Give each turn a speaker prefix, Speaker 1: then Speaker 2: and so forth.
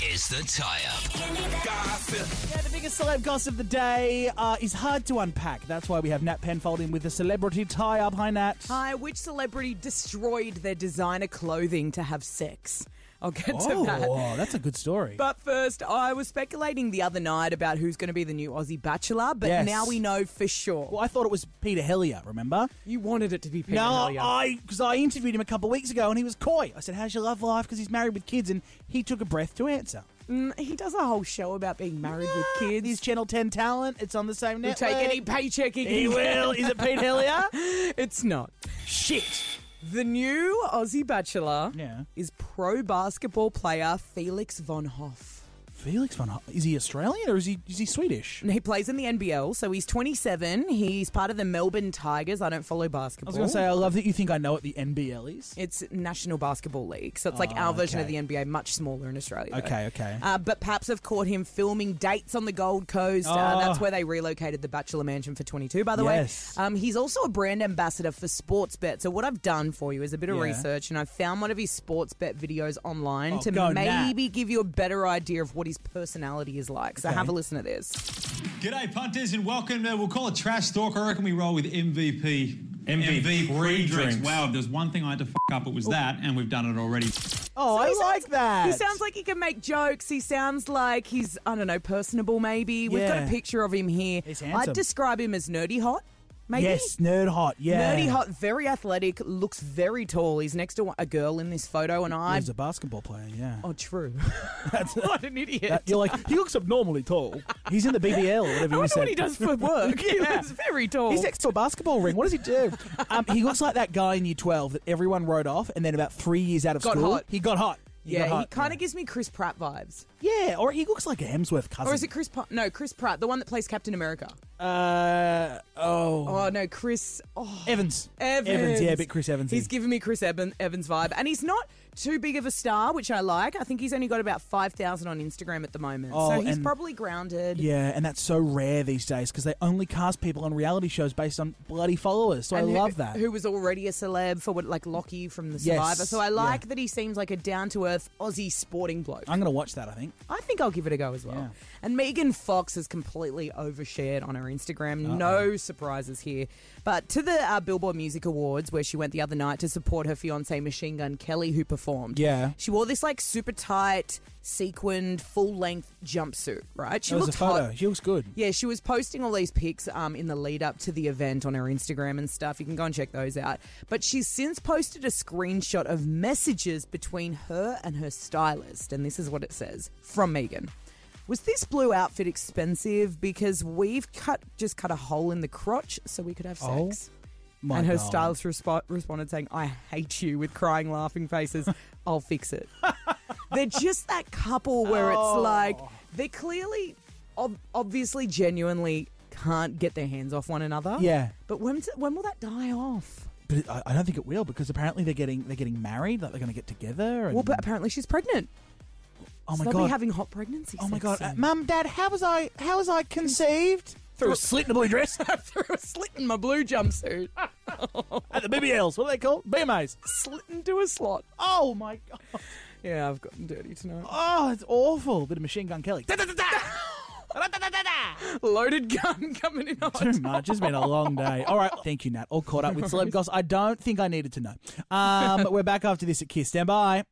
Speaker 1: It's the tie up.
Speaker 2: Yeah, the biggest celeb gossip of the day uh, is hard to unpack. That's why we have Nat Penfold in with the celebrity tie up. Hi, Nat.
Speaker 3: Hi, which celebrity destroyed their designer clothing to have sex? I'll get
Speaker 2: Oh,
Speaker 3: to that.
Speaker 2: that's a good story.
Speaker 3: But first, I was speculating the other night about who's going to be the new Aussie Bachelor, but
Speaker 2: Yes.
Speaker 3: now we know for sure.
Speaker 2: well, I thought it was Peter Hellier, remember?
Speaker 3: You wanted it to be Peter
Speaker 2: no,
Speaker 3: Hellier.
Speaker 2: I because I interviewed him a couple of weeks ago and he was coy. I said, "How's your love life?" Because he's married with kids, and he took a breath to answer.
Speaker 3: Um, He does a whole show about being married with
Speaker 2: It is
Speaker 3: kids.
Speaker 2: Channel Ten Talent. It's on the same
Speaker 3: He'll
Speaker 2: network.
Speaker 3: take any paycheck he can
Speaker 2: He
Speaker 3: get.
Speaker 2: will. Is it Pete Hellier?
Speaker 3: It's not.
Speaker 2: Shit.
Speaker 3: The new Aussie Bachelor
Speaker 2: Yeah.
Speaker 3: is pro basketball player Felix von Hoff.
Speaker 2: Felix von Ho- is he Australian or is he is he Swedish?
Speaker 3: And He plays in the NBL, so he's 27. He's part of the Melbourne Tigers. I don't follow
Speaker 2: I
Speaker 3: basketball.
Speaker 2: was going to say, I love that you think I know what the NBL is.
Speaker 3: It's National Basketball League. So it's like our version
Speaker 2: Oh, okay.
Speaker 3: of the NBA, much smaller in Australia. though.
Speaker 2: Okay, okay.
Speaker 3: Uh, but Paps have caught him filming dates on the Gold Coast.
Speaker 2: Oh.
Speaker 3: Uh, that's where they relocated the Bachelor Mansion for 22, by the
Speaker 2: Yes.
Speaker 3: way. Um, he's also a brand ambassador for sports bet. So what I've done for you is a bit of
Speaker 2: Yeah.
Speaker 3: research, and I found one of his sports bet videos online
Speaker 2: Oh, go Nat.
Speaker 3: to maybe give you a better idea of what his personality is like. So
Speaker 2: Okay.
Speaker 3: have a listen to this.
Speaker 4: G'day, punters, and welcome to, we'll call it Trash Talk. I reckon we roll with MVP.
Speaker 5: MVP pre-drinks.
Speaker 4: Wow, if there's one thing I had to f up, it was that, and we've done it already.
Speaker 2: Oh,
Speaker 3: So
Speaker 2: I
Speaker 3: he sounds-
Speaker 2: like that.
Speaker 3: He sounds like he can make jokes. He sounds like he's, I don't know, personable maybe. We've got
Speaker 2: Yeah.
Speaker 3: a picture of him here.
Speaker 2: He's handsome.
Speaker 3: I'd describe him as nerdy hot, maybe.
Speaker 2: yes, nerd hot. Yeah,
Speaker 3: Nerdy hot, very athletic, looks very tall. He's next to one- a girl in this photo, and I.
Speaker 2: He's a basketball player. Yeah, Uh,
Speaker 3: Oh, true. what an idiot.
Speaker 2: you're like he looks abnormally tall. He's in the BBL. Or whatever
Speaker 3: I
Speaker 2: you
Speaker 3: wonder
Speaker 2: said.
Speaker 3: what he does for work. He
Speaker 2: Yeah.
Speaker 3: looks very tall.
Speaker 2: He's next to a basketball ring. What does he do? um, he looks like that guy in Year Twelve that everyone wrote off, and then about three years out of
Speaker 3: Got
Speaker 2: school,
Speaker 3: hot.
Speaker 2: he got hot.
Speaker 3: yeah,
Speaker 2: got
Speaker 3: he
Speaker 2: hot,
Speaker 3: kind
Speaker 2: yeah.
Speaker 3: of gives me Chris Pratt vibes.
Speaker 2: Yeah, or he looks like a Hemsworth cousin.
Speaker 3: Or is it Chris Pratt? No, Chris Pratt, the one that plays Captain America.
Speaker 2: Uh oh,
Speaker 3: Oh, no, Chris. Oh.
Speaker 2: Evans.
Speaker 3: Evans.
Speaker 2: Yeah, a bit Chris Evans.
Speaker 3: He's giving me Chris Eben- Evans vibe, and he's not too big of a star, which I like. I think he's only got about five thousand on Instagram at the moment,
Speaker 2: Oh,
Speaker 3: so he's
Speaker 2: and-
Speaker 3: probably grounded.
Speaker 2: yeah, and that's so rare these days because they only cast people on reality shows based on bloody followers. So
Speaker 3: And
Speaker 2: I
Speaker 3: who-
Speaker 2: love that.
Speaker 3: Who was already a celeb for what, like Lockie from The
Speaker 2: Yes,
Speaker 3: Survivor. So I like
Speaker 2: yeah.
Speaker 3: that he seems like a down to earth Aussie sporting bloke.
Speaker 2: I'm going to watch that. I think.
Speaker 3: I think I'll give it a go as well.
Speaker 2: Yeah.
Speaker 3: And Megan Fox has completely overshared on her Instagram. No surprises here. But to the uh, Billboard Music Awards, where she went the other night to support her fiance Machine Gun Kelly, who performed.
Speaker 2: Yeah.
Speaker 3: she wore this like super tight, sequined, full length jumpsuit. Right, she
Speaker 2: That was a
Speaker 3: looked
Speaker 2: photo.
Speaker 3: hot.
Speaker 2: She looks good.
Speaker 3: Yeah, she was posting all these pics um, in the lead up to the event on her Instagram and stuff. You can go and check those out. But she's since posted a screenshot of messages between her and her stylist. And this is what it says from Megan. Was this blue outfit expensive? Because we've cut just cut a hole in the crotch so we could have
Speaker 2: Oh,
Speaker 3: sex.
Speaker 2: My
Speaker 3: and her
Speaker 2: God.
Speaker 3: stylist respo- responded saying, I hate you with crying, laughing faces. I'll fix it. they're just that couple where
Speaker 2: Oh.
Speaker 3: it's like, they're clearly, ob- obviously, genuinely can't get their hands off one another.
Speaker 2: Yeah.
Speaker 3: But when, when will that die off?
Speaker 2: But I, I don't think it will because apparently they're getting they're getting married. Like they're going to get together. And,
Speaker 3: Well, but apparently she's pregnant.
Speaker 2: oh my
Speaker 3: so they'll
Speaker 2: god,
Speaker 3: be having hot pregnancies.
Speaker 2: oh my god,
Speaker 3: soon.
Speaker 2: Uh, mum, dad, how was I how was I conceived through a slit in a blue dress
Speaker 3: I threw a slit in my blue jumpsuit.
Speaker 2: at the BBLs? What are they called? BMAs.
Speaker 3: slit into a slot.
Speaker 2: Oh my god,
Speaker 3: Yeah, I've gotten dirty tonight.
Speaker 2: oh it's awful. Bit of Machine Gun Kelly. Da, da, da, da.
Speaker 3: Loaded gun coming in hot.
Speaker 2: Too much. It's been a long day. All right, thank you, Nat. All caught up with celeb goss. I don't think I needed to know. Um, we're back after this at Kiss. Stand by.